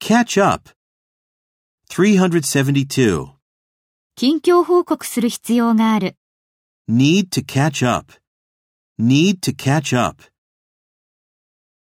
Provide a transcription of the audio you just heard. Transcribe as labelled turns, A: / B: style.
A: Catch up. 372.
B: 近況報告する必要がある。
A: Need to catch up. Need to catch up.